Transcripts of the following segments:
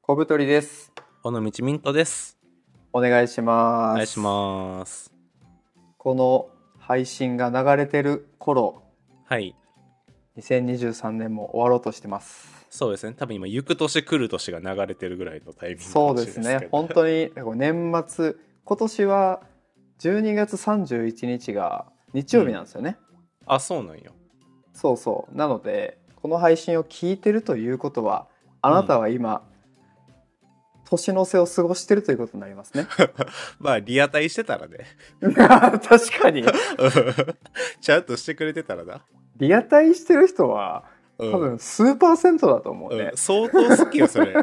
小太りです。尾道ミントです。お願いします。お願いします。この配信が流れてる頃、はい、 2023年も終わろうとしてます。そうですね。多分今行く年来る年が流れてるぐらいのタイミングかそうもしれですないねけ。ど本当にだから年末、今年は12月31日が日曜日なんですよね。あ、そうなんよ。そうそう。なので、この配信を聞いてるということは、あなたは今、年の瀬を過ごしてるということになりますね。まあリアタイしてたらね。 確かに。ちゃんとしてくれてたらな。リアタイしてる人はうん多分数パーセントだと思うね。うん相当好きよそれ。うん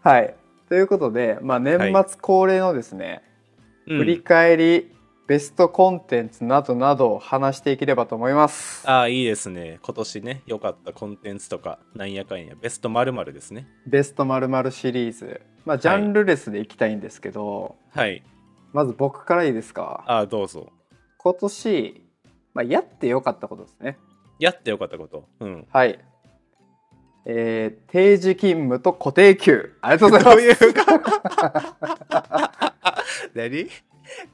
はい。ということで、まあ、年末恒例のですね、うん振り返りベストコンテンツなどなどを話していければと思います。ああいいですね。今年ね良かったコンテンツとかなんやかんやベストまるまるですね。ベストまるシリーズ、まあ、ジャンルレスでいきたいんですけど、はい。まず僕からいいですかああどうぞ。今年、まあ、やってよかったことですね。やってよかったこと。うん。はい。えー定時勤務と固定給。ありがとうございどまうす。いうか 何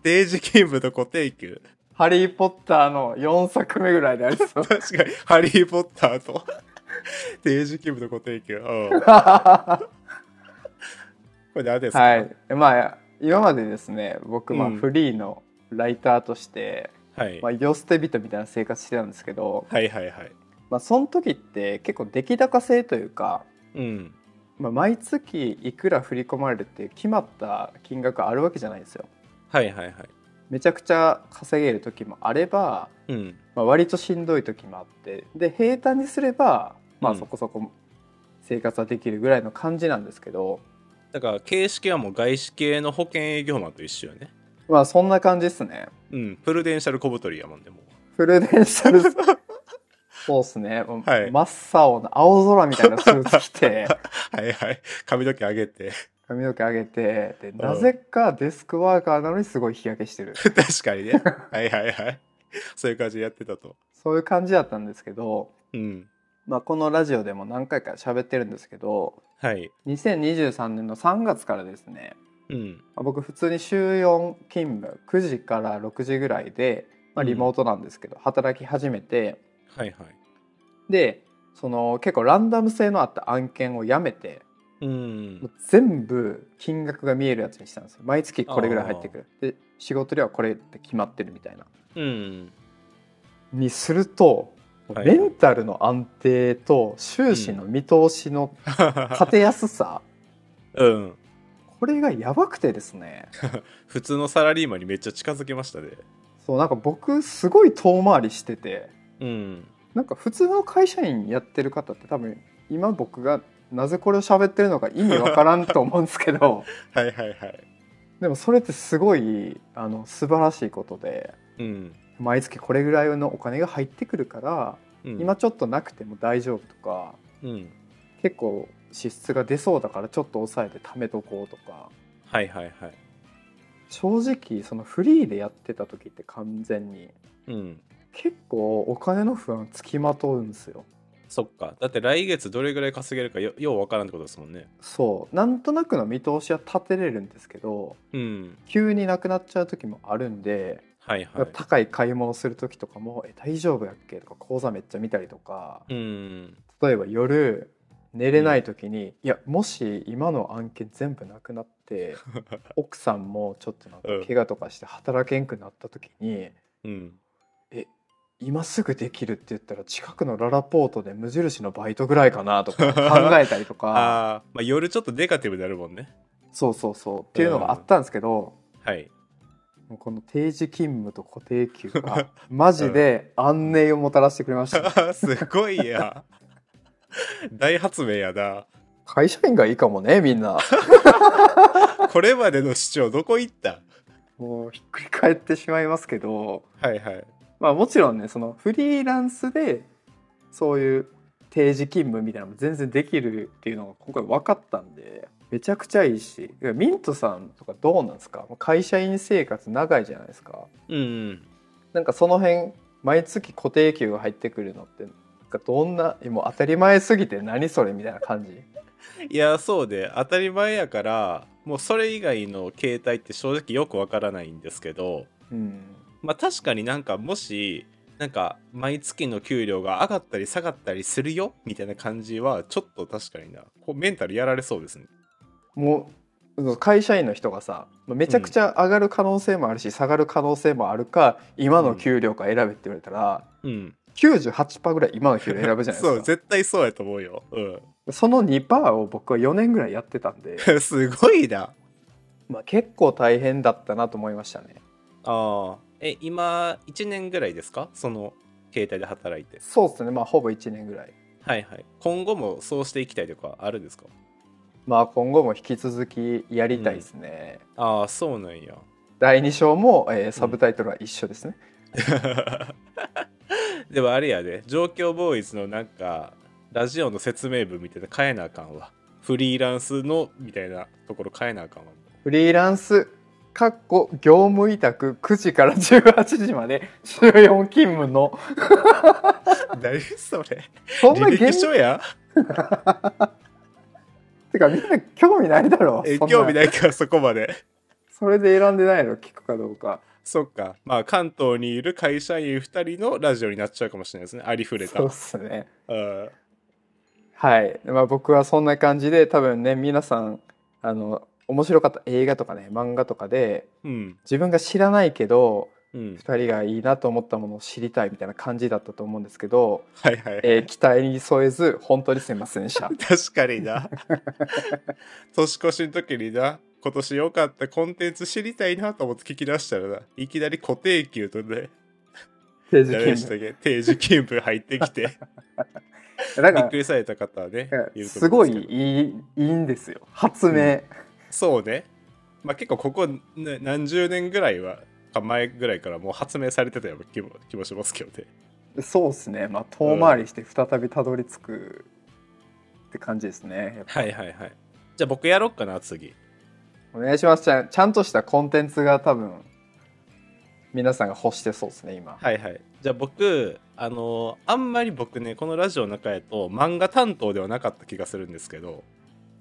定時勤務と固定給ハリー・ポッターの4作目ぐらいで ありそう。確かに「ハリー・ポッター」と定時勤務と固定給 うんこはれ何ですか、い。まあ、今までですね、僕、まあ、うんフリーのライターとして、はいまあ、世捨て人みたいな生活してたんですけど、はいはいはいまあ、その時って結構出来高制というか、うんまあ、毎月いくら振り込まれるっていう決まった金額あるわけじゃないんですよ。はいはいはいめちゃくちゃ稼げる時もあれば、うんまあ、割としんどい時もあってで平坦にすれば、まあ、うんそこそこ生活はできるぐらいの感じなんですけど、だから形式はもう外資系の保険営業マンと一緒よねまあそんな感じですね。うんプルデンシャル小太りやもんでもフルデンシ ャルスそうっすね、はい真っ青な青空みたいなスーツ着てはいはい髪の毛上げて 髪の毛上げてでんなぜかデスクワーカーなのにすごい日焼けしてる確かにねはいはいはいそういう感じでやってたとそういう感じだったんですけど、うんまあ、このラジオでも何回か喋ってるんですけどはい2023年の3月からですねうんまあ僕普通に週4勤務9時から6時ぐらいで、まあ、リモートなんですけど、働き始めてはいはいでその結構ランダム性のあった案件をやめてうんもう全部金額が見えるやつにしたんですよ毎月これぐらい入ってくるで仕事量はこれって決まってるみたいなうんにするとはいレンタルの安定と収支の見通し の立てやすさ、うんこれがやばくてですね普通のサラリーマンにめっちゃ近づきましたねそうなんか僕すごい遠回りしててうんなんか普通の会社員やってる方って多分今僕がなぜこれを喋ってるのか意味わからんと思うんですけ どはいはいはいでもそれってすごいあの素晴らしいことでうん、毎月これぐらいのお金が入ってくるから、うん、今ちょっとなくても大丈夫とかうん結構支出が出そうだからちょっと抑えて貯めとこうとかはいはいはい正直そのフリーでやってた時って完全にうん結構お金の不安つきまとうんですよ。そっかだって来月どれぐらい稼げるかよようわからんってことですもんねそうなんとなくの見通しは立てれるんですけどうん急になくなっちゃう時もあるんで、はいはい高い買い物する時とかも「え大丈夫やっけ?」とか口座めっちゃ見たりとかうん例えば夜寝れない時に、いやもし今の案件全部なくなって 奥さんもちょっとなんかうん怪我とかして働けんくなった時に、うん今すぐできるって言ったら近くのララポートで無印のバイトぐらいかなと か考えたりとかああーまあ夜ちょっとネガティブになるもんねそうそうそうっていうのがあったんですけど、はいもうこの定時勤務と固定給 がマジで安寧をもたらしてくれました、すごいや大発明やな会社員がいいかもねみん なこれまでの主張どこ行ったもうひっくり返ってしまいますけどはいはいまあもちろんねそのフリーランスでそういう定時勤務みたいなのも全然できるっていうのが今回分かったんでめちゃくちゃいいしいやミントさんとかどうなんですかもう会社員生活長いじゃないですかうんなんかその辺毎月固定給が入ってくるのってなんかどんなえもう当たり前すぎて何それみたいな感じいやそうで当たり前やからもうそれ以外の携帯って正直よくわからないんですけどうんまあ確かになんかもしなんか毎月の給料が上がったり下がったりするよみたいな感じはちょっと確かになこうメンタルやられそうですねもう会社員の人がさめちゃくちゃ上がる可能性もあるし、下がる可能性もあるか今の給料から選べって言われたら、うん98%ぐらい今の給料選ぶじゃないですかそう絶対そうやと思うようその2%を僕は4年ぐらいやってた んで、んすごいなまあ、結構大変だったなと思いましたねああえ今1年ぐらいですかその携帯で働いてそうですねまあほぼ1年ぐらいはいはい今後もそうしていきたいとかあるんですかまあ今後も引き続きやりたいですね、ああそうなんや第2章も、えーサブタイトルは一緒ですね、 でもあれやで状況ボーイズのなんかラジオの説明文みたいなの変えなあかんわフリーランスのみたいなところ変えなあかんわフリーランスかっこ業務委託9時から18時まで週4勤務の何それそんな履現歴実書 やてかみんな興味ないだろえそん興味ないないからそこまで それで選んでないの聞くかどうかそっかまあ関東にいる会社員2人のラジオになっちゃうかもしれないですねありふれたそうっすねうんはい、まあ、僕はそんな感じで多分ね皆さんあの面白かった映画とかね漫画とかでうん自分が知らないけどうん2人がいいなと思ったものを知りたいみたいな感じだったと思うんですけど、はいはいえー期待に添えず本当にすいませんで した。確かにな年越しの時にな今年良かったコンテンツ知りたいなと思って聞き出したらないきなり固定給とね定時誰勤務でしたっけ定時勤務入っ てきてだびかっらくりされた方はねうんいるとす思ごうんいですけどいいいいんですよ発明、そうねまあ結構ここ、ね、何十年ぐらいはか前ぐらいからもう発明されてたような気も気もしますけどねそうですねまあ遠回りして再びたどり着くって感じですねやっぱはいはいはいじゃあ僕やろっかな次お願いしますちゃんちゃんとしたコンテンツが多分皆さんが欲してそうですね今はいはいじゃあ僕あのあんまり僕ねこのラジオの中やと漫画担当ではなかった気がするんですけど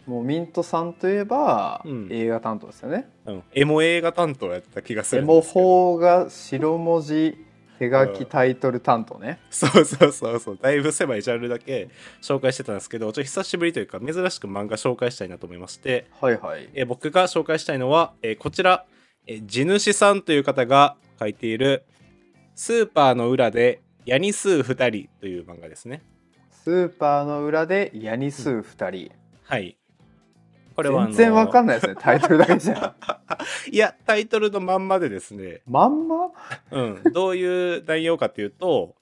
もうミントさんといえば、うん映画担当ですよねうん、エモ映画担当やってた気がすエるんでモすけど4が白文字手書うんきタイトル担当ね、 そうそうそうそうだいぶ狭いジャンルだけ紹介してたんですけどちょっと久しぶりというか珍しく漫画紹介したいなと思いまして、はいはいえー僕が紹介したいのは、えーこちら、えー地主さんという方が書いている「スーパーの裏でヤニスー2人」という漫画ですねスーパーの裏でヤニスー2人、はいこれはあの全然わかんないですねタイトルだけじゃ いやタイトルのまんまでですねまんまうん、どういう内容かというと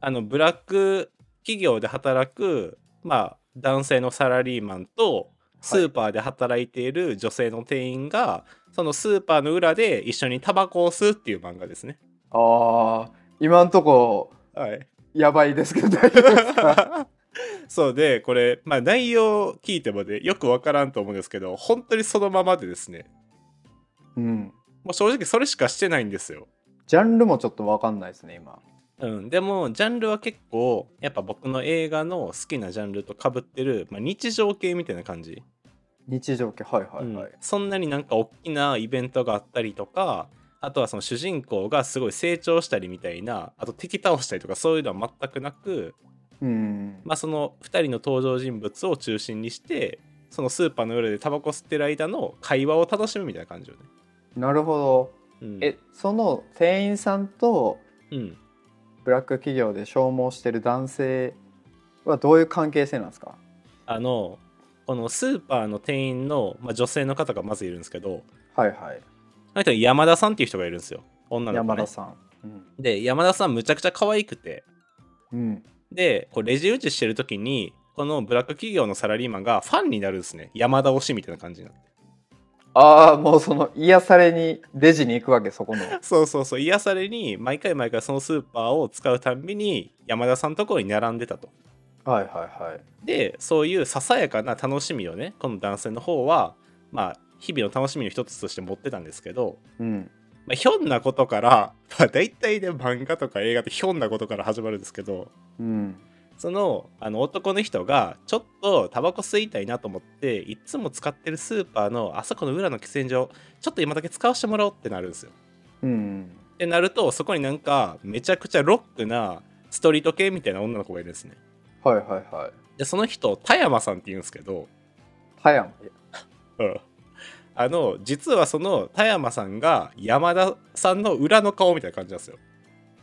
あのブラック企業で働く、まあ、男性のサラリーマンとスーパーで働いている女性の店員が、そのスーパーの裏で一緒にタバコを吸うっていう漫画ですね。あー今んとこはい、やばいですけど大丈夫です かそうでこれ、まあ、内容聞いてもねよくわからんと思うんですけど本当にそのままでですねうんもう正直それしかしてないんですよ。ジャンルもちょっとわかんないですね今うん、でもジャンルは結構やっぱ僕の映画の好きなジャンルとかぶってる、まあ、日常系みたいな感じ、日常系はいはいはい、うんそんなになんか大きなイベントがあったりとかあとはその主人公がすごい成長したりみたいなあと敵倒したりとかそういうのは全くなく、うんまあ、その2人の登場人物を中心にしてそのスーパーの裏でタバコ吸ってる間の会話を楽しむみたいな感じよね。なるほうんどえその店員さんとうんブラック企業で消耗してる男性はどういう関係性なんですかあのこのスーパーの店員の、まあ、女性の方がまずいるんですけどはいはいあの人に山田さんっていう人がいるんですよ女の子、山ね田、さんうん、で山田さんむちゃくちゃ可愛くてうん、でこうレジ打ちしてる時にこのブラック企業のサラリーマンがファンになるんですね山田推しみたいな感じになってああもうその癒されにレジに行くわけそこのそうそうそう癒されに毎回毎回そのスーパーを使うたんびに山田さんのところに並んでたとはいはいはいでそういうささやかな楽しみをねこの男性の方はまあ日々の楽しみの一つとして持ってたんですけど、うんまあ、ひょんな ことから、まあ、大体ね漫画とか映画ってひょんなことから始まるんですけどうんそのあの男の人がちょっとタバコ吸いたいなと思っていっつも使ってるスーパーのあそこの裏の喫煙所ちょっと今だけ使わせてもらおうってなるんですよ。うんってなるとそこになんかめちゃくちゃロックなストリート系みたいな女の子がいるんですね。はいはいはいでその人田山さんって言うんですけど、タヤンうん、あの実はその田山さんが山田さんの裏の顔みたいな感じなんですよ。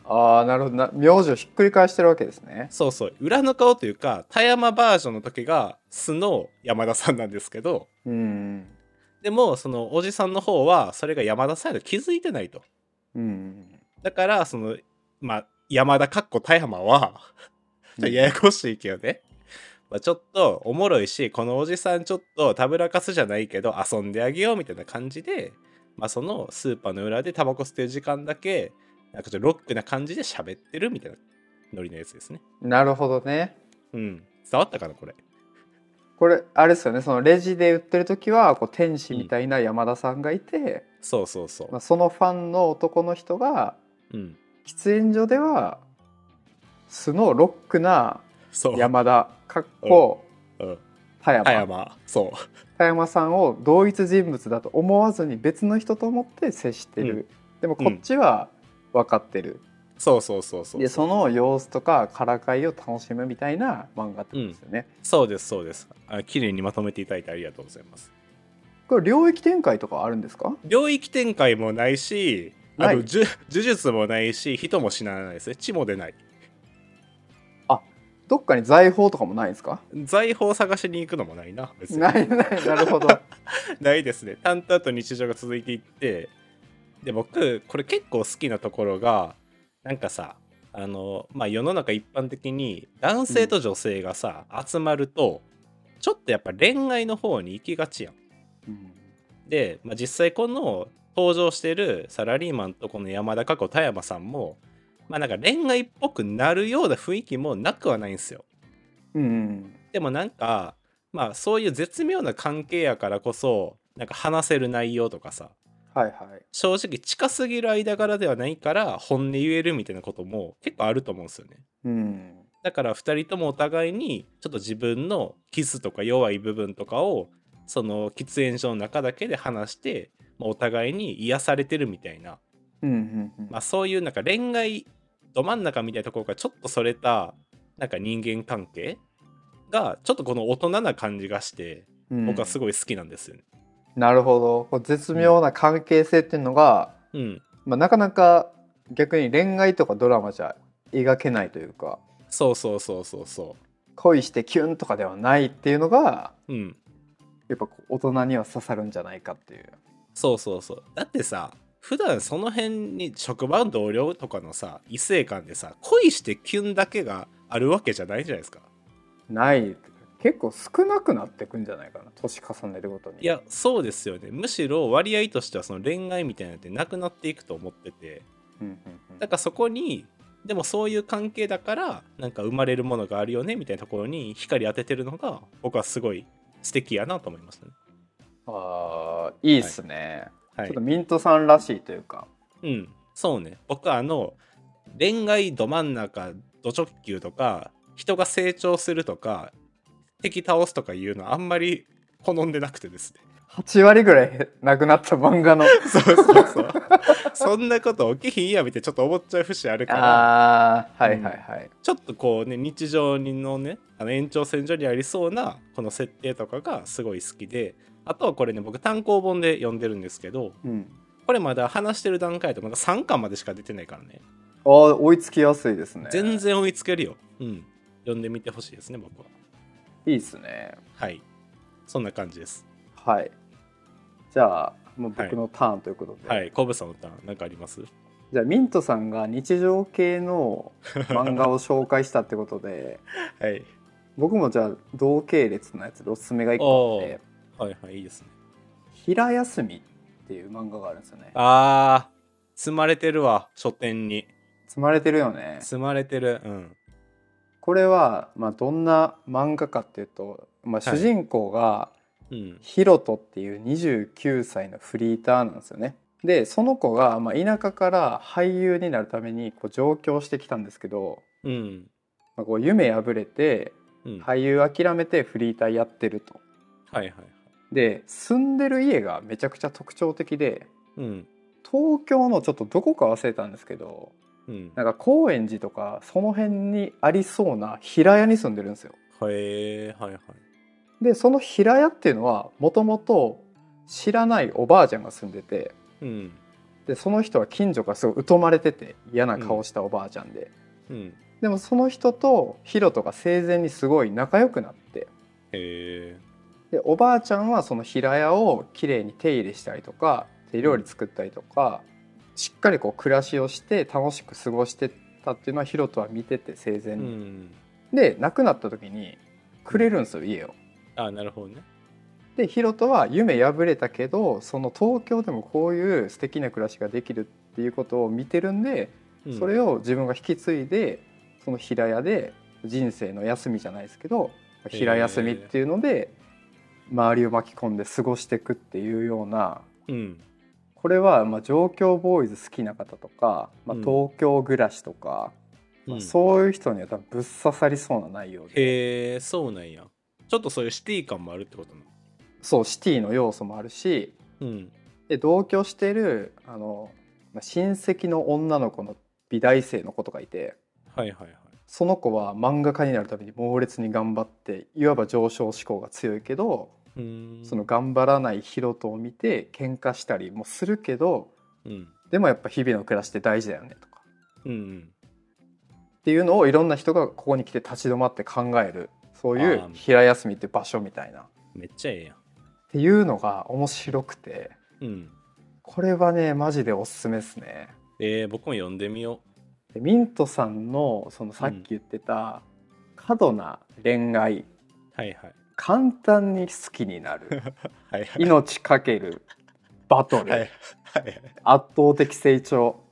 ああなるほどな名字をひっくり返してるわけですねそうそう裏の顔というか田山バージョンの時が素の山田さんなんですけどうんでもそのおじさんの方はそれが山田さんやと気づいてないとうんだからそのまあ山田かっこ田山はちょっとややこしいけどね、まあ、ちょっとおもろいしこのおじさんちょっとたぶらかすじゃないけど遊んであげようみたいな感じで、まあ、そのスーパーの裏でタバコ吸ってる時間だけなんかちょっとロックな感じで喋ってるみたいなノリのやつですねなるほどねうん伝わったかなこれこれあれですよねそのレジで売ってる時はこう天使みたいな山田さんがいて、そうそうそう、まあ、そのファンの男の人がうん喫煙所では素のロックなそう山田かっこうん田山葉山そう田山さんを同一人物だと思わずに別の人と思って接してる、でもこっちは分かってる、そうそうそうそうでその様子とかからかいを楽しむみたいな漫画ってことですよね、そうですそうですあ綺麗にまとめていただいてありがとうございますこれ領域展開とかあるんですか領域展開もないしなあいの呪呪術もないし人も死なないですね血も出ないどっかに財宝とかもないんですか財宝探しに行くのもないな別にない ないなるほどないですね淡々と日常が続いていってで僕これ結構好きなところがなんかさあのまあ世の中一般的に男性と女性がさ、集まるとちょっとやっぱ恋愛の方に行きがちやんうんで、まあ、実際この登場してるサラリーマンとこの山田過去田山さんもまあなんか恋愛っぽくなるような雰囲気もなくはないんですようんでもなんかまあそういう絶妙な関係やからこそなんか話せる内容とかさはいはい正直近すぎる間柄ではないから本音言えるみたいなことも結構あると思うんですよねうんだから2人ともお互いにちょっと自分のキスとか弱い部分とかをその喫煙所の中だけで話して、まあお互いに癒されてるみたいな、うんうんうんまあ、そういうなんか恋愛ど真ん中みたいなところがちょっとそれたなんか人間関係がちょっとこの大人な感じがしてうん僕はすごい好きなんですよね。なるほどこう絶妙な関係性っていうのが、うん、まあ、なかなか逆に恋愛とかドラマじゃ描けないというかそうそうそうそうそ恋してキュンとかではないっていうのがう。うんやっぱこう大人には刺さるんじゃないかっていう。そうそうそうだってさ普段その辺に職場の同僚とかのさ異性間でさ恋してキュンだけがあるわけじゃないじゃないですかない結構少なくなってくんじゃないかな年重ねるごとに。いやそうですよねむしろ割合としてはその恋愛みたいなのってなくなっていくと思っててうんうんうん、だからそこにでもそういう関係だからなんか生まれるものがあるよねみたいなところに光当ててるのが僕はすごい素敵やなと思いましたねあーいいっすね、はちょいっとミントさんらしいというか。うん、そうね。僕はあの、恋愛ど真ん中、ド直球とか、人が成長するとか、敵倒すとかいうのあんまり好んでなくてですね。 8割ぐらいなくなった漫画のそうそうそう。そんなこと起きひんやみたいなちょっと思っちゃう節あるから、あーはいはいはい、ちょっとこうね、日常のね、あの延長線上にありそうなこの設定とかがすごい好きで、あとはこれね、僕単行本で読んでるんですけど、うん、これまだ話してる段階でまだ3巻までしか出てないからね。あー追いつきやすいですね全然追いつけるよ。うん。読んでみてほしいですね、僕は。いいっすねはい。そんな感じです。はいじゃあもう僕のターンということで、はい。コブさんのターン、なんかありますじゃあミントさんが日常系の漫画を紹介したってことで はい。僕もじゃあ同系列のやつでおすすめが1個あってはいはい、いいですね。 「平休み」っていう漫画があるんですよねあー、積まれてるわ、書店に。積まれてるよね積まれてる。うん。これは、まあ、どんな漫画かっていうと、まあ、主人公が、うん。ヒロトっていう29歳のフリーターなんですよね。でその子が、まあ、田舎から俳優になるためにこう上京してきたんですけど、うん。まあ、こう夢破れてうんは俳い優諦めてフリーターやってると。はいはいで住んでる家がめちゃくちゃ特徴的でうん東京のちょっとどこか忘れたんですけどうんなんか高円寺とかその辺にありそうな平屋に住んでるんですよ。へえはいはいでその平屋っていうのはもともと知らないおばあちゃんが住んでてうんでその人は近所からすごい疎まれてて嫌な顔したおばあちゃんで、うんでもその人とヒロトが生前にすごい仲良くなってへえでおばあちゃんはその平屋をきれいに手入れしたりとか手料理作ったりとかしっかりこう暮らしをして楽しく過ごしてたっていうのはヒロトは見てて生前うに、んで亡くなった時にくれるんですよ家を。あなるほどねでヒロトは夢破れたけどその東京でもこういう素敵な暮らしができるっていうことを見てるんで、うんそれを自分が引き継いでその平屋で人生の休みじゃないですけどへー平休みっていうので周りを巻き込んで過ごしていくっていうようなうんこれはまあ上京ボーイズ好きな方とか、まあ、うん東京暮らしとか、うまあんそういう人には多分ぶっ刺さりそうな内容でへえそうなんやちょっとそういうシティ感もあるってことなそうシティの要素もあるしうんで同居してるあのまあ親戚の女の子の美大生の子とかいてはいはいはいその子は漫画家になるために猛烈に頑張っていわば上昇志向が強いけど、うーんその頑張らないヒロトを見て喧嘩したりもするけどうんでもやっぱ日々の暮らしって大事だよねとかうんっていうのをいろんな人がここに来て立ち止まって考えるそういあうー平休みっていう場所みたいなっめっちゃええやんていうのが面白くてうんこれはねマジでおすすめですね。えー、僕も読んでみよでミントさんのそのさっき言ってた過度な恋愛、うはいはい簡単に好きになるはいはい命かけるバトル、はいはいはい圧倒的成長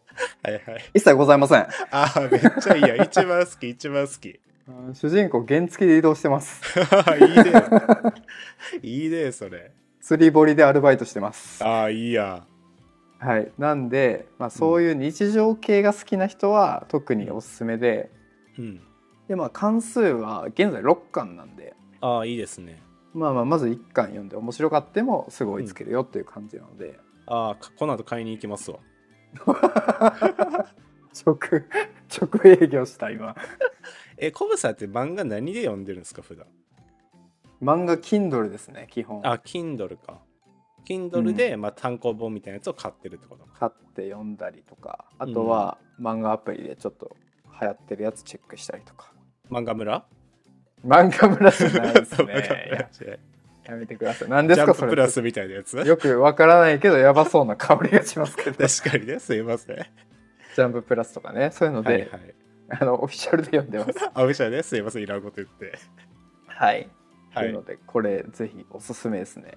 はいはい一切ございませんあーめっちゃいいやん一番好き一番好き いいうん主人公原付で移動してますねいいねそれ釣り堀でアルバイトしてますああいいやはいなんで、まあ、そういう日常系が好きな人は特におすすめでうんでまあ関数は現在6巻なんでああいいですねまあまあまず1巻読んで面白かってもすぐ追いつけるよっていう感じなので、ああこの後買いに行きますわ直 直営業した今えコブさんって漫画何で読んでるんですか普段漫画 Kindle ですね基本買あ Kindle か Kindle で、まあ、単行本みたいなやつを買ってるってことかって読んだりとかあとは漫画アプリでちょっと流行ってるやつチェックしたりとか漫画村漫画村じゃない ですねいやジやめてください何ですャンかプそプれラスみたいなやつよくわからないけどやばそうな香りがします けどジ確かにねすいませんはャンププラスとかねそういうので、いはいあのオフィシャルで読んでますあおみしゃねすいませんいらんこと言ってはい、はといういのでこれぜひおすすめですね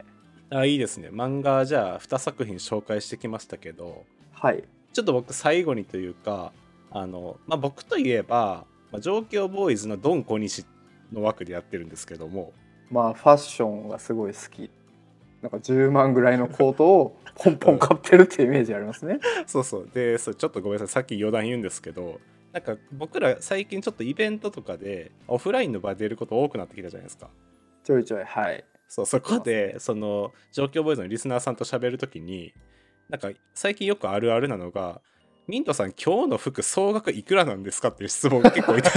あいいですね漫画じゃあ2作品紹介してきましたけどはいちょっと僕最後にというかあの、まあ、僕といえば、まあ、上京ボーイズのドン小西の枠でやってるんですけどもまあファッションがすごい好きなんか10万ぐらいのコートをポンポン買ってるっていうイメージありますねそうそうでそうちょっとごめんなさいさっき余談言うんですけどなんか僕ら最近ちょっとイベントとかでオフラインの場で出ること多くなってきたじゃないですかちょいちょいはいそうそこでその上京ボーイズのリスナーさんと喋るときになんか最近よくあるあるなのがミントさん今日の服総額いくらなんですかっていう質問が結 構いた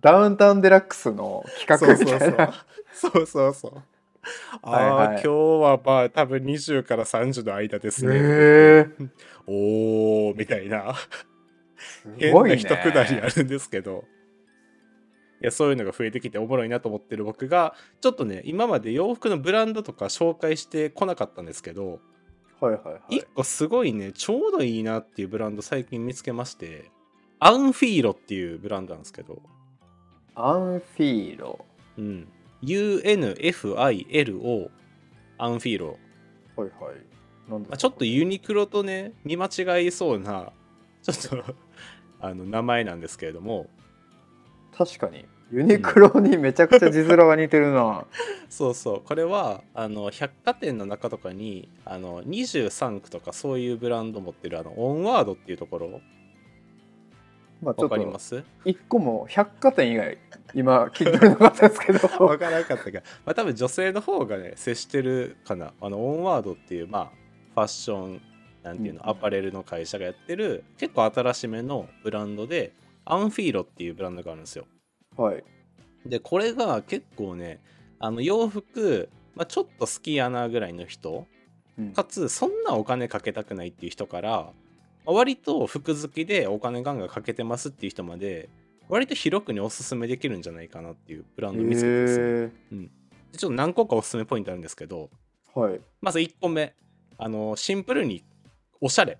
ダウンタウンデラックスの企そ画うみそたういな そうそうそうそうああ、はいはい今日はまあ多分20から30の間ですね、へえおーみたいなす変ごいなね一くだりあるんですけどいやそういうのが増えてきておもろいなと思ってる僕がちょっとね今まで洋服のブランドとか紹介してこなかったんですけど、はいはいはい一個すごいねちょうどいいなっていうブランド最近見つけましてアンフィーロっていうブランドなんですけど、アンフィーロうん、UNFILO アンフィーロ、はいはいなんですまあ、かちょっとユニクロとね見間違いそうなちょっと あの名前なんですけれども確かにユニクロにめちゃくちゃ字面が似てるな、そうそうこれはあの百貨店の中とかにあの23区とかそういうブランド持ってるあのオンワードっていうところまあちょわっとかります一個も百貨店以外今聞いてなかったです けどわからなかったか、まあ、多分女性の方がね接してるかなあのオンワードっていうまあファッションなんていうの、うんアパレルの会社がやってる結構新しめのブランドでアンフィーロっていうブランドがあるんですよはいでこれが結構ねあの洋服、まあ、ちょっと好きやなぐらいの人うんかつそんなお金かけたくないっていう人からまあ割と服好きでお金ガンガンかけてますっていう人まで割と広くにおすすめできるんじゃないかなっていうブランドを見つけてですねへでちょっと何個かおすすめポイントあるんですけど、ーはいまず1個目、あのシンプルにおしゃれ、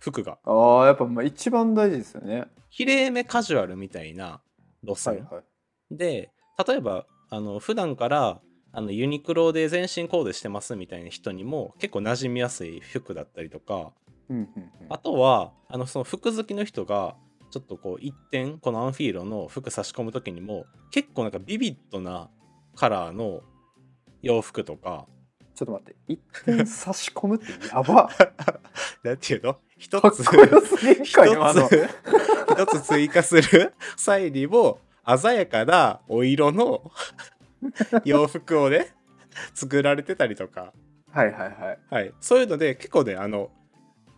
服が。ああやっぱまあ一番大事ですよねきれいめカジュアルみたいな路はい線。はいで、例えば、あの普段からあのユニクロで全身コーデしてますみたいな人にも結構馴染みやすい服だったりとか、うんうんうんあとは、あのその服好きの人が、ちょっとこう一点、このアンフィーロの服差し込む時にも、結構なんかビビッドなカラーの洋服とか、ちょっと待って一点差し込むってやばかっなんていうの一こつ、よすぎん 一か今のつ、一つ追加する際にも、鮮やかなお 色の洋服をね、作られてたりとか、はいはいはいはい。そういうので、結構ね、あの、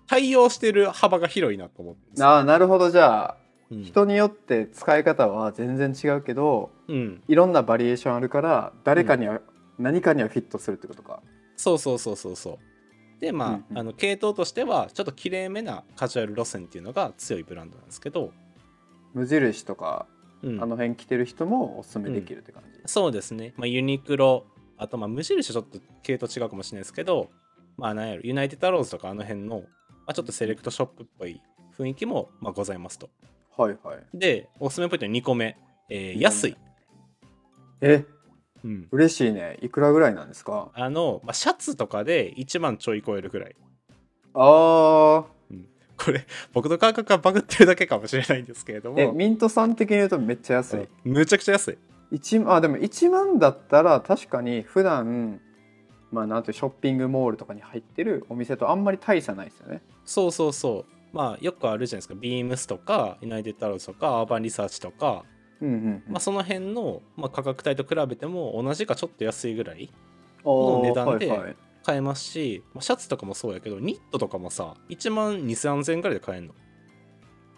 対応してる幅が広いなと思ってああなるほどじゃあうんですよ、人によって使い方は全然違うけどうん。うん。いろんなバリエーションあるから誰かには、何かにはフィットするってことかそうそうそうそうそう。で、まあ、うんうんあの系統としては、ちょっときれいめなカジュアル路線っていうのが強いブランドなんですけど、無印とか、うん、あの辺着てる人もおすすめできるって感じ、そうですね、まあ、ユニクロ、あとまあ無印はちょっと系統違うかもしれないですけど、まあ、なんやろ、ユナイテッドアローズとかあの辺の、まあ、ちょっとセレクトショップっぽい雰囲気もまあございますと。はいはいで、おすすめポイント2個目、えーうん安い。えうん嬉しいねいくらぐらいなんですかあの、まあ、シャツとかで1万ちょい超えるくらい。あーこれ、 僕の感覚がバグってるだけかもしれないんですけれどえも、ミントさん的に言うとめっちゃ安うい、んむちゃくちゃ安い。一あでも1万だったら確かに普段まあなんていうショッピングモールとかに入ってるお店とあんまり大差ないですよねそうそうそう。まあ、よくあるじゃないですか、ビームスとか、ユナイテッドアローズとか、アーバンリサーチとか、うんうん、うんまあ、その辺の、まあ、価格帯と比べても同じかちょっと安いぐらいおー値段ではいはい、買えますし、まあ、シャツとかもそうやけどニットとかもさ1万2000円ぐらいで買えるの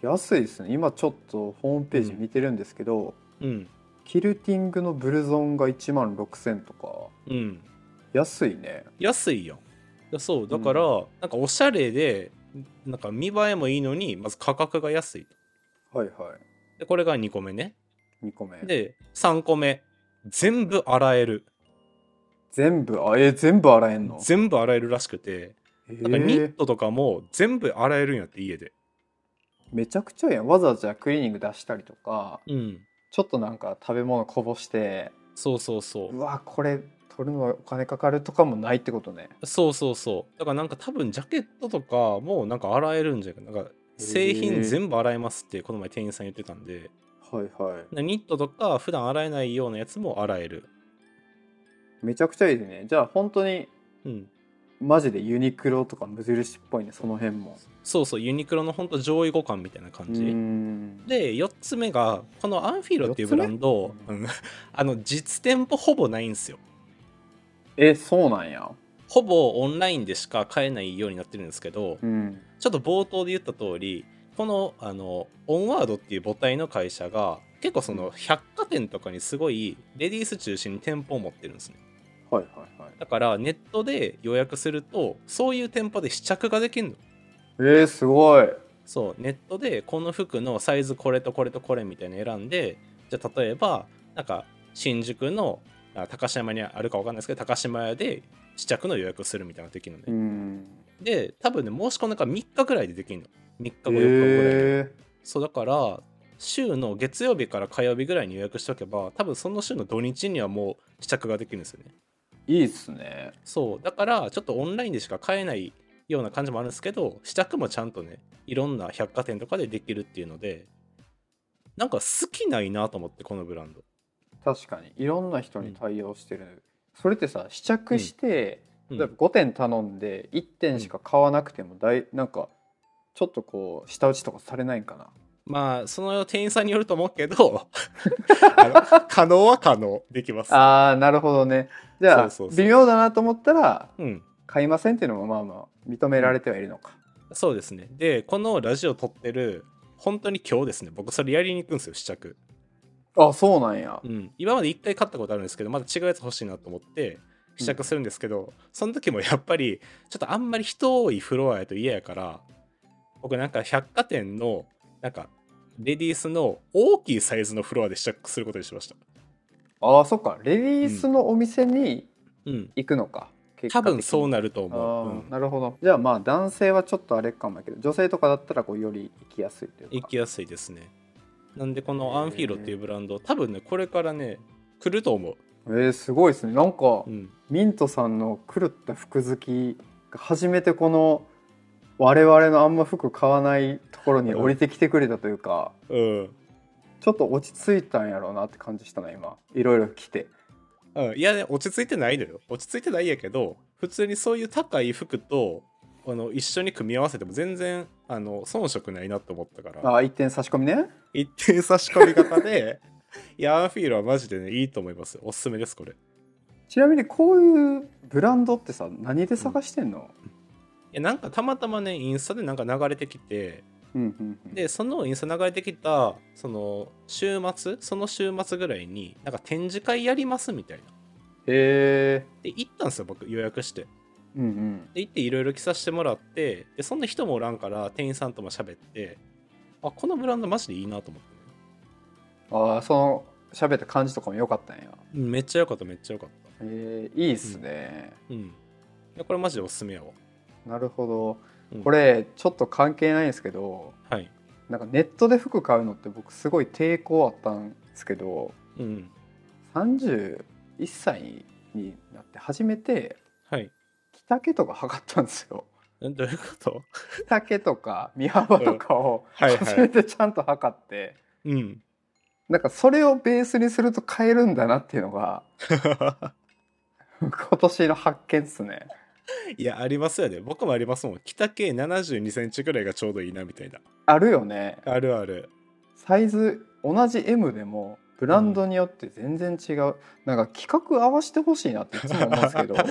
安いですね今ちょっとホームページ見てるんですけど、うんキルティングのブルゾンが1万6000とかうん安いね安いよいやそうだから、なんかおしゃれでなんか見栄えもいいのにまず価格が安いはいはでこれが2個目ねい2個目で3個目全部洗える全部あえー全部洗えんの全部洗えるらしくてえなんかニッー、トとかも全部洗えるんやって家でめちゃくちゃやんわざわざクリーニング出したりとかうんちょっとなんか食べ物こぼしてそうそうそううわこれ取るのはお金かかるとかもないってことねそうそうそうだからなんか多分ジャケットとかもなんか洗えるんじゃないかななんか製品全部洗えますってこの前店員さん言ってたんではいはいニットとか普段洗えないようなやつも洗えるめちゃくちゃいいですねじゃあ本当にうんマジでユニクロとか無印っぽいねその辺もそうそうユニクロのほんと上位互換みたいな感うーじんで4つ目がこのアンフィーロっていうブランド四つ目うんあの実店舗ほぼないんですよえそうなんやほぼオンラインでしか買えないようになってるんですけどうんちょっと冒頭で言った通りこのあのオンワードっていう母体の会社が結構その百貨店とかにすごいレディース中心に店舗を持ってるんですねはいはいはいだからネットで予約するとそういう店舗で試着ができるのえー、すごいそうネットでこの服のサイズこれとこれとこれみたいなの選んでじゃあ例えばなんか新宿のあ高島屋にあるかわかんないですけど高島屋で試着の予約するみたいなのができるのうね、んで多分ね申し込んだから3日ぐらいでできるの3日後4日後ぐらいにえそうだから週の月曜日から火曜日ぐらいに予約しておけば多分その週の土日にはもう試着ができるんですよねー、いいっすねそうだからちょっとオンラインでしか買えないような感じもあるんですけど試着もちゃんとねいろんな百貨店とかでできるっていうのでなんか好きないなと思ってこのブランド確かにいろんな人に対応してる、それってさ試着して、うん例えば5点頼んで1点しか買わなくてもだいなんかちょっとこう舌打ちとかされないんかなまあその店員さんによると思うけどあの可能は可能できますああなるほどねじゃあそうそうそう微妙だなと思ったらうん買いませんっていうのもまあまあ認められてはいるのか、そうですねでこのラジオ撮ってる本当に今日ですね僕それやりに行くんですよ試着あそうなんやうん今まで一回買ったことあるんですけどまだ違うやつ欲しいなと思って試着するんですけど、その時もやっぱりちょっとあんまり人多いフロアやと嫌やから僕なんか百貨店のなんかレディースの大きいサイズのフロアで試着することにしましたあーそっかレディースのお店にうん行くのか、結多果的に分そうなると思う、うあーんなるほどじゃあまあ男性はちょっとあれかもやけど女性とかだったらこうより行きやすいという行かきやすいですねなんでこへーのアンフィーロっていうブランド多分ねこれからね来ると思う、えー、すごいですねなんか、うん、ミントさんの狂った服好きが初めてこの我々のあんま服買わないところに降りてきてくれたというか、うんちょっと落ち着いたんやろうなって感じしたな今いろいろ着てうん、いやね落ち着いてないのよ落ち着いてないんやけど普通にそういう高い服とあの一緒に組み合わせても全然あの遜色ないなと思ったからあー一点差し込みね一定差し込み型で いやアンフィールはマジでねいいと思いますよおすすめですこれいちなみにこういうブランドってさ何で探してんの、やなんかたまたまねインスタでなんか流れてきてうんうんうん、でそのインスタ流れてきたその週末その週末ぐらいになんか展示会やりますみたいなえで行ったんですよ僕予約してー、うんうんで行っていろいろ着させてもらってでそんな人もおらんから店員さんとも喋ってあこのブランドマジでいいなと思って、ああその喋った感じとかも良かったんやうんめっちゃ良かっためっちゃ良かっえー、いいっすね、たうんいやこれマジでおすすめやわなるほど、うんこれちょっと関係ないんですけどはいなんかネットで服買うのって僕すごい抵抗あったんですけどうん31歳になって初めてはい着丈とか測ったんです よえどういうこと着丈とか身幅とかをはいはい初めてちゃんと測って、うんなんかそれをベースにすると買えるんだなっていうの が今年の発見ですねいやありますよね僕もありますもん北系7 2センチぐらいがちょうどいいなみたいなあるよねあるあるサイズ同じ M でもブランドによって全然違う、なんか規格合わせてほしいなっていつも思うんですけどは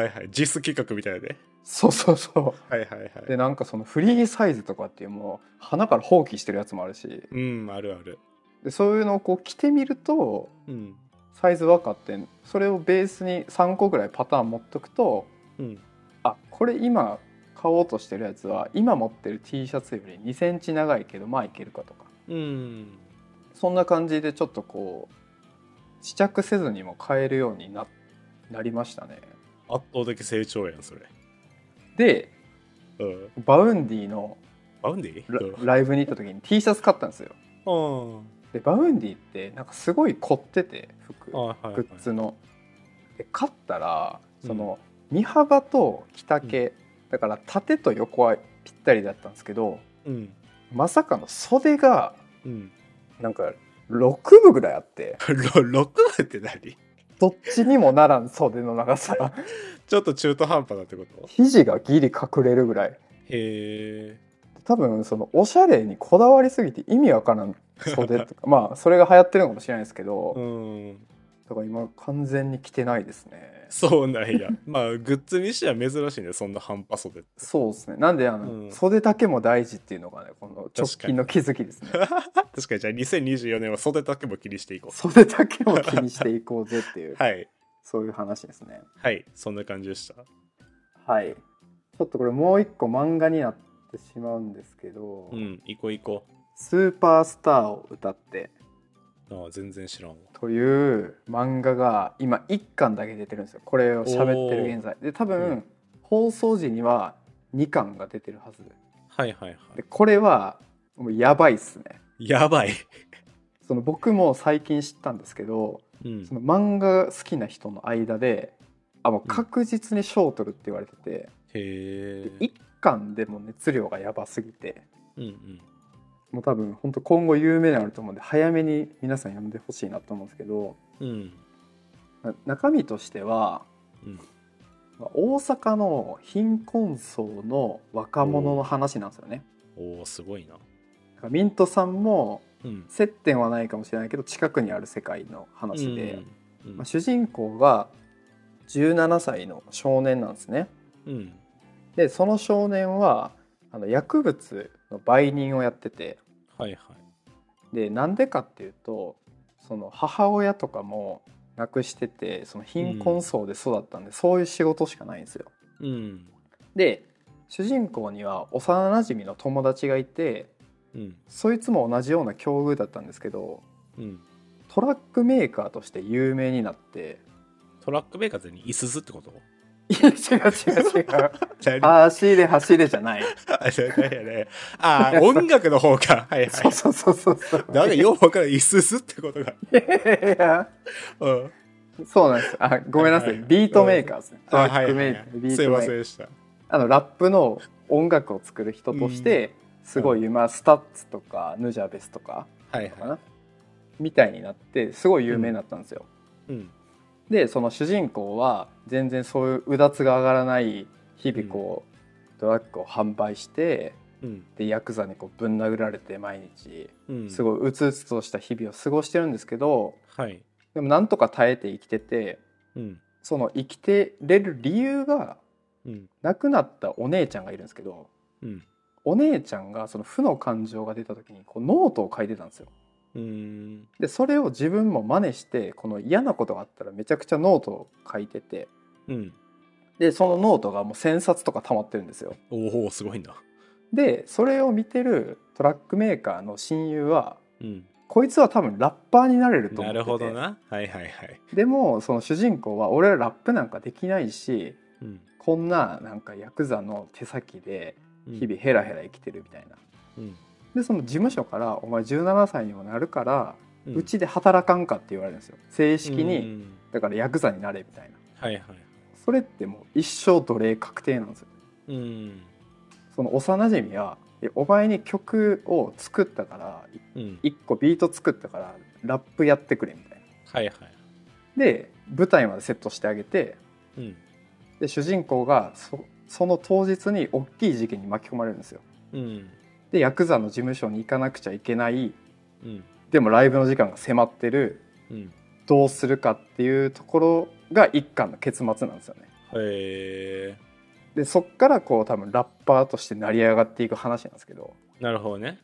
いはい実企画みたいなねそうそうそうはいはいはでいなんかそのフリーサイズとかっていうもう花から放棄してるやつもあるしうんあるあるでそういうのをこう着てみるとうんサイズ分かってそれをベースに3個ぐらいパターン持っとくとうんあこれ今買おうとしてるやつは今持ってる T シャツより2センチ長いけどまあいけるかとかうんそんな感じでちょっとこう試着せずにも買えるようにななりましたね。圧倒的成長やんそれでうんバウンディのバウンディラうんライブに行った時に T シャツ買ったんですよ。うんでバウンディってなんかすごい凝ってて服あグはいはいッズの。で買ったらその身幅と着丈、だから縦と横はぴったりだったんですけどうんまさかの袖がうん、なんか6分ぐらいあって 6話って何どっちにもならん袖の長さ ちょっと中途半端だってこと肘がギリ隠れるぐらいへえ多分そのおしゃれにこだわりすぎて意味わからん袖 とかまあそれが流行ってるのかもしれないですけど、うんだから今完全に着てないですねそうなん やまあグッズにしては珍しいねそんな半端袖ってそうですねなんであの、うん袖だけも大事っていうのがねこの直近の気づき ですね確かにじゃあ2024年は袖だけも気にしていこ袖だけも気にしていこうぜっていううはいそういう話ですねはいそんな感じでしたはいちょっとこれもう一個漫画になってしまうんですけど、うん行こう行こスーパースターを歌ってうああ全然知らんわという漫画が今1巻だけ出てるんですよこれを喋ってる現在で多分、う放送時には2巻が出てるはずはいはいはでこれはもうやばいっすねいやばいその僕も最近知ったんですけどうんその漫画好きな人の間であもう確実に賞を取るって言われてて、へえで1巻でも熱量がやばすぎてうんうんもう多分本当今後有名になると思うんで早めに皆さん読んでほしいなと思うんですけどうんな中身としては、うんまあ大阪の貧困層の若者の話なんですよね。おおすごいなだからミントさんもうん接点はないかもしれないけど近くにある世界の話で、うんまあ、主人公が17歳の少年なんですね。うんでその少年はあの薬物の売人をやっててはいはいでなんでかっていうとその母親とかも亡くしててその貧困層で育ったんで、そういう仕事しかないんですよ。うんで主人公には幼なじみの友達がいてうんそいつも同じような境遇だったんですけどうんトラックメーカーとして有名になってトラックメーカーズにいすずってこといや違う違う違 う何走れ走れじゃないあそうだよねあー音楽の 方かはいはそういそうそうそうそうなんかよう分からんいすずってことがいやうんそうなんですよあごめんなさい、はいはいビートメーカーですねトあラはッいクはメいーはカー、ビいーすいトメまーカせんーでしたあのラップの音楽を作る人として、すごい有名なスタッツとかヌジャベスとかはいかはな、みたいになってすごい有名になったんですよ、いうんでその主人公は全然そういううだつが上がらない日々こう、ドラッグを販売してうんでヤクザにこうぶん殴られて毎日うんすごいうつうつとした日々を過ごしてるんですけどはいでもなんとか耐えて生きててうんその生きてれる理由がうん亡くなったお姉ちゃんがいるんですけどうんお姉ちゃんがその負の感情が出た時にこうノートを書いてたんですよ。うんでそれを自分も真似してこの嫌なことがあったらめちゃくちゃノートを書いててうんでそのノートがもう1,000冊とか溜まってるんですよ。おおすごいなでそれを見てるトラックメーカーの親友はうんこいつは多分ラッパーになれると思なっててるほどなはいはいはいでもその主人公は俺はラップなんかできないしうんこんななんかヤクザの手先でうん日々ヘラヘラ生きてるみたいな。うんでその事務所から「お前17歳にもなるからうんうちで働かんか」って言われるんですよ正式うにんだからヤクザになれみたいなはいはいそれってもう一生奴隷確定なんですようんその幼馴染は「いやお前に曲を作ったからうん一個ビート作ったからラップやってくれ」みたいな。はいはいで舞台までセットしてあげてうんで主人公がそその当日に大きい事件に巻き込まれるんですよ。うんでヤクザの事務所に行かなくちゃいけないうんでもライブの時間が迫ってるうんどうするかっていうところが一巻の結末なんですよね。へえでそっからこう多分ラッパーとして成り上がっていく話なんですけどなるほどね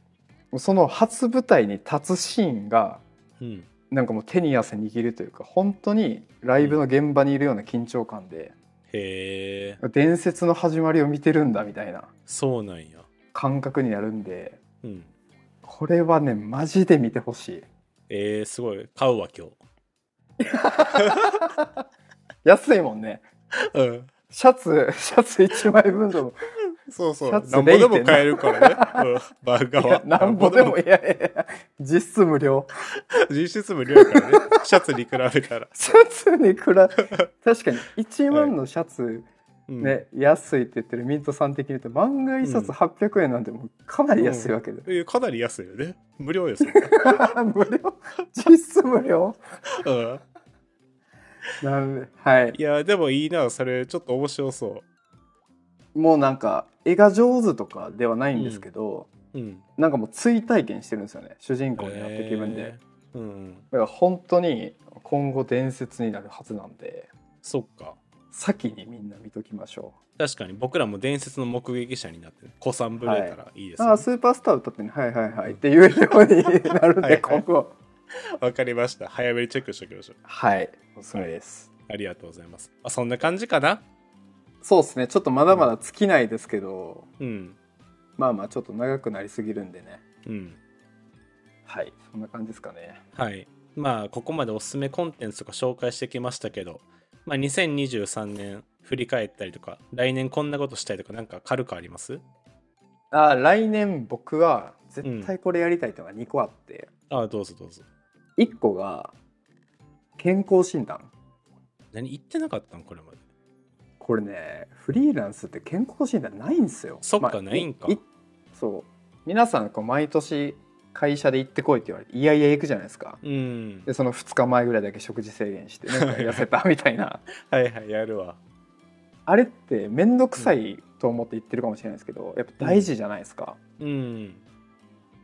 その初舞台に立つシーンがうんなんかもう手に汗握るというか本当にライブの現場にいるような緊張感で、へえ伝説の始まりを見てるんだみたいなそうなんや感覚になるんでうんこれはねマジで見てほしいえー、すごい買うわ今日安いもんねうんシャツ シャツ1枚分でもそうそシャうツなんぼでも0.7買え るからね、うん、漫画いやはなんぼでもいやいやいや実質無料実質無料やからねシャツに比べたら、シャツに比べ確かに1万のシャツうん、ね、安いって言ってるミントさん的に言うと漫画一冊800円なんてもうかなり安いわけで、えーかなり安いよね無料 よそれ、無料実質無料うん、なんではいいやでもいいなそれちょっと面白そもうなんか絵が上手とかではないんですけど、ううんなんかもう追体験してるんですよね主人公になって気分で、えーうんだから本当に今後伝説になるはずなんでそっか先にみんな見ときましょ確かに僕らも伝説の目撃者になって子さんぶれたらいいでう、すねああスーパースター歌ってねはいはいはいって言えるようになるんではいはい今後わかりました早めにチェックしておきましょうはいおすすめです、ありがとうございますあそんな感じかなそうですねちょっとまだまだ尽きないですけど、うんまあまあちょっと長くなりすぎるんでねうんはいそんな感じですかねはいまあここまでおすすめコンテンツとか紹介してきましたけど、まあ、2023年振り返ったりとか来年こんなことしたいとかなんか軽くありますああ来年僕は絶対これやりたいというのが2個あって、ああどうぞどうぞ1個が健康診断何言ってなかったんこれまでこれねフリーランスって健康診断ないんですよそっかまあないんかそう皆さんこう毎年会社で行ってこいって言われていやいや行くじゃないですかうんでその2日前ぐらいだけ食事制限してなんか痩せたみたい な はいはいやるわあれって面倒くさいと思って行ってるかもしれないですけどやっぱ大事じゃないですか、うん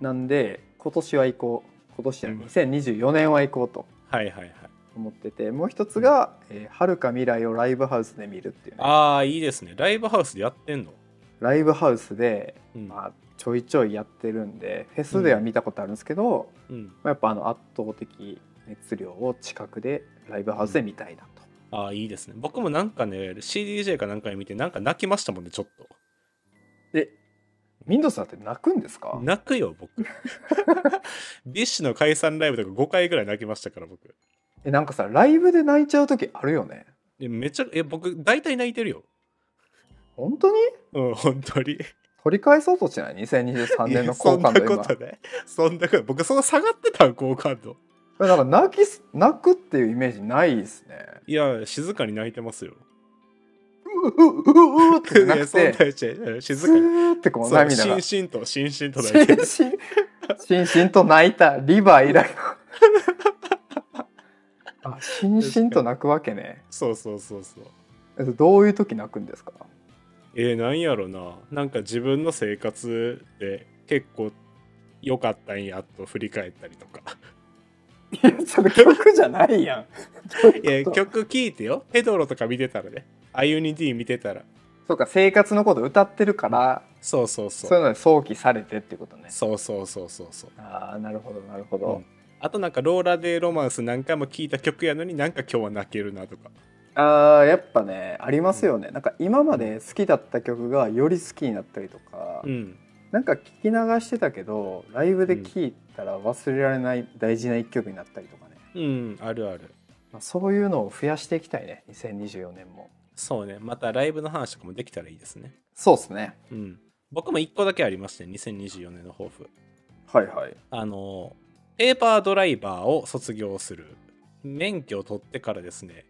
なんで今年は行こう今年じゃうんない2024年は行こうとはいはいはい思っててもう一つが「えー遥か未来をライブハウスで見る」っていう、ね、ああいいですねライブハウスでやってんの、ライブハウスで、うんまあ、ちょいちょいやってるんでフェスでは見たことあるんですけど、うん、まあやっぱあの圧倒的熱量を近くでライブハウスで見たいなと。ああいいですね僕もなんかね CDJ かなんかで見てなんか泣きましたもんねちょっとでミンドさんって泣くんですか泣くよ 僕ビッシュの解散ライブとか5回ぐらい泣きましたから僕えなんかさライブで泣いちゃう時あるよねえめっちゃえ僕大体泣いてるよ本当にうん本当に取り返そうとしてない2023年の好感いや度そん今なことねそんなこと僕その下がってたん好感度なんか泣きす泣くっていうイメージないですねいや静かに泣いてますよううううううっていなやくそんな てやつやうん静スかにーってこうそう涙がしんししんとしんしんと泣いてんるしんしんしんと泣いたリバー以来 のあしんしんと泣くわけねそうそうそうそうえっとどういう時泣くんですかえー、なんやろななんか自分の生活で結構良かったんやと振り返ったりとかいやそれ曲じゃないやんいや曲聴いてよペドロとか見てたらねアユニティ見てたらそうか生活のこと歌ってるからそうそうそそういううので想起されてっていうことねそうそうそうそうそうああなるほどなるほど、うんあとなんかローラでロマンス何回も聴いた曲やのになんか今日は泣けるなとかあーやっぱねありますよね、なんか今まで好きだった曲がより好きになったりとか、うんなんか聞き流してたけどライブで聴いたら忘れられない大事な一曲になったりとかね、うんあるあるまあ、そういうのを増やしていきたいね2024年もそうねまたライブの話とかもできたらいいですねそうですねうん僕も1個だけありまして2024年の抱負はいはいあの、ペーパードライバーを卒業する。免許を取ってからですね、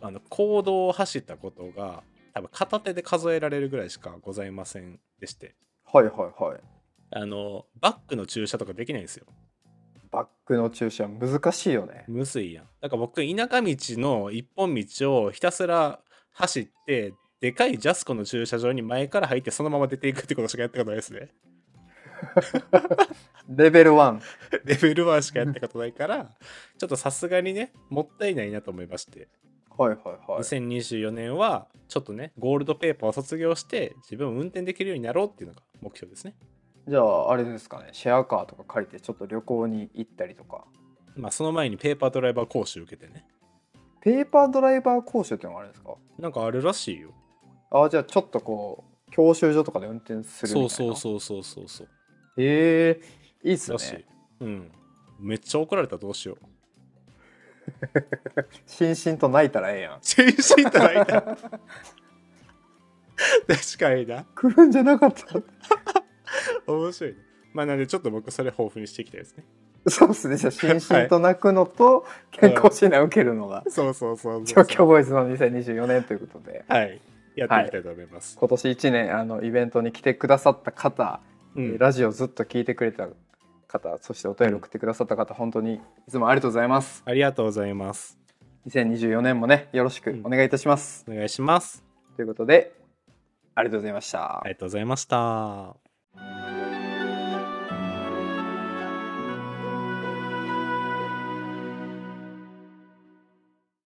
あの、公道を走ったことが、多分片手で数えられるぐらいしかございませんでして、はいはいはいあの、バックの駐車とかできないんですよ。バックの駐車難しいよねむずいやん。だから僕、田舎道の一本道をひたすら走って、でかいジャスコの駐車場に前から入ってそのまま出ていくってことしかやったことないですね。 レベル1レベル1しかやったことないから、ちょっとさすがにね、もったいないなと思いまして。はいはいはい2024年はちょっとねゴールドペーパーを卒業して自分を運転できるようになろうっていうのが目標ですねじゃああれですかねシェアカーとか借りてちょっと旅行に行ったりとかまあその前にペーパードライバー講習受けてねペーパードライバー講習っていうのがあるんですかなんかあるらしいよあじゃあちょっとこう教習所とかで運転するみたいそなうそうそうそうそうそううへえいいっすらしねいうんめっちゃ怒られたらどうしよ うしんしんと泣いたらええやん先進いただいた確かにな来るんじゃなかった 面白いねまあなんでちょっと僕それ豊富にしていきたいですねそうっすねじゃあしんしんと泣くのと健康診断受けるのがそうそうそうそ調う教ボーイズの2024年ということではいやっていきたいと思います、今年1年あのイベントに来てくださった方、うんラジオずっと聞いてくれた方そしてお便り送ってくださった方本当にいつもありがとうございますありがとうございます2024年もねよろしくお願いいたします、お願いしますということでありがとうございましたありがとうございました。 「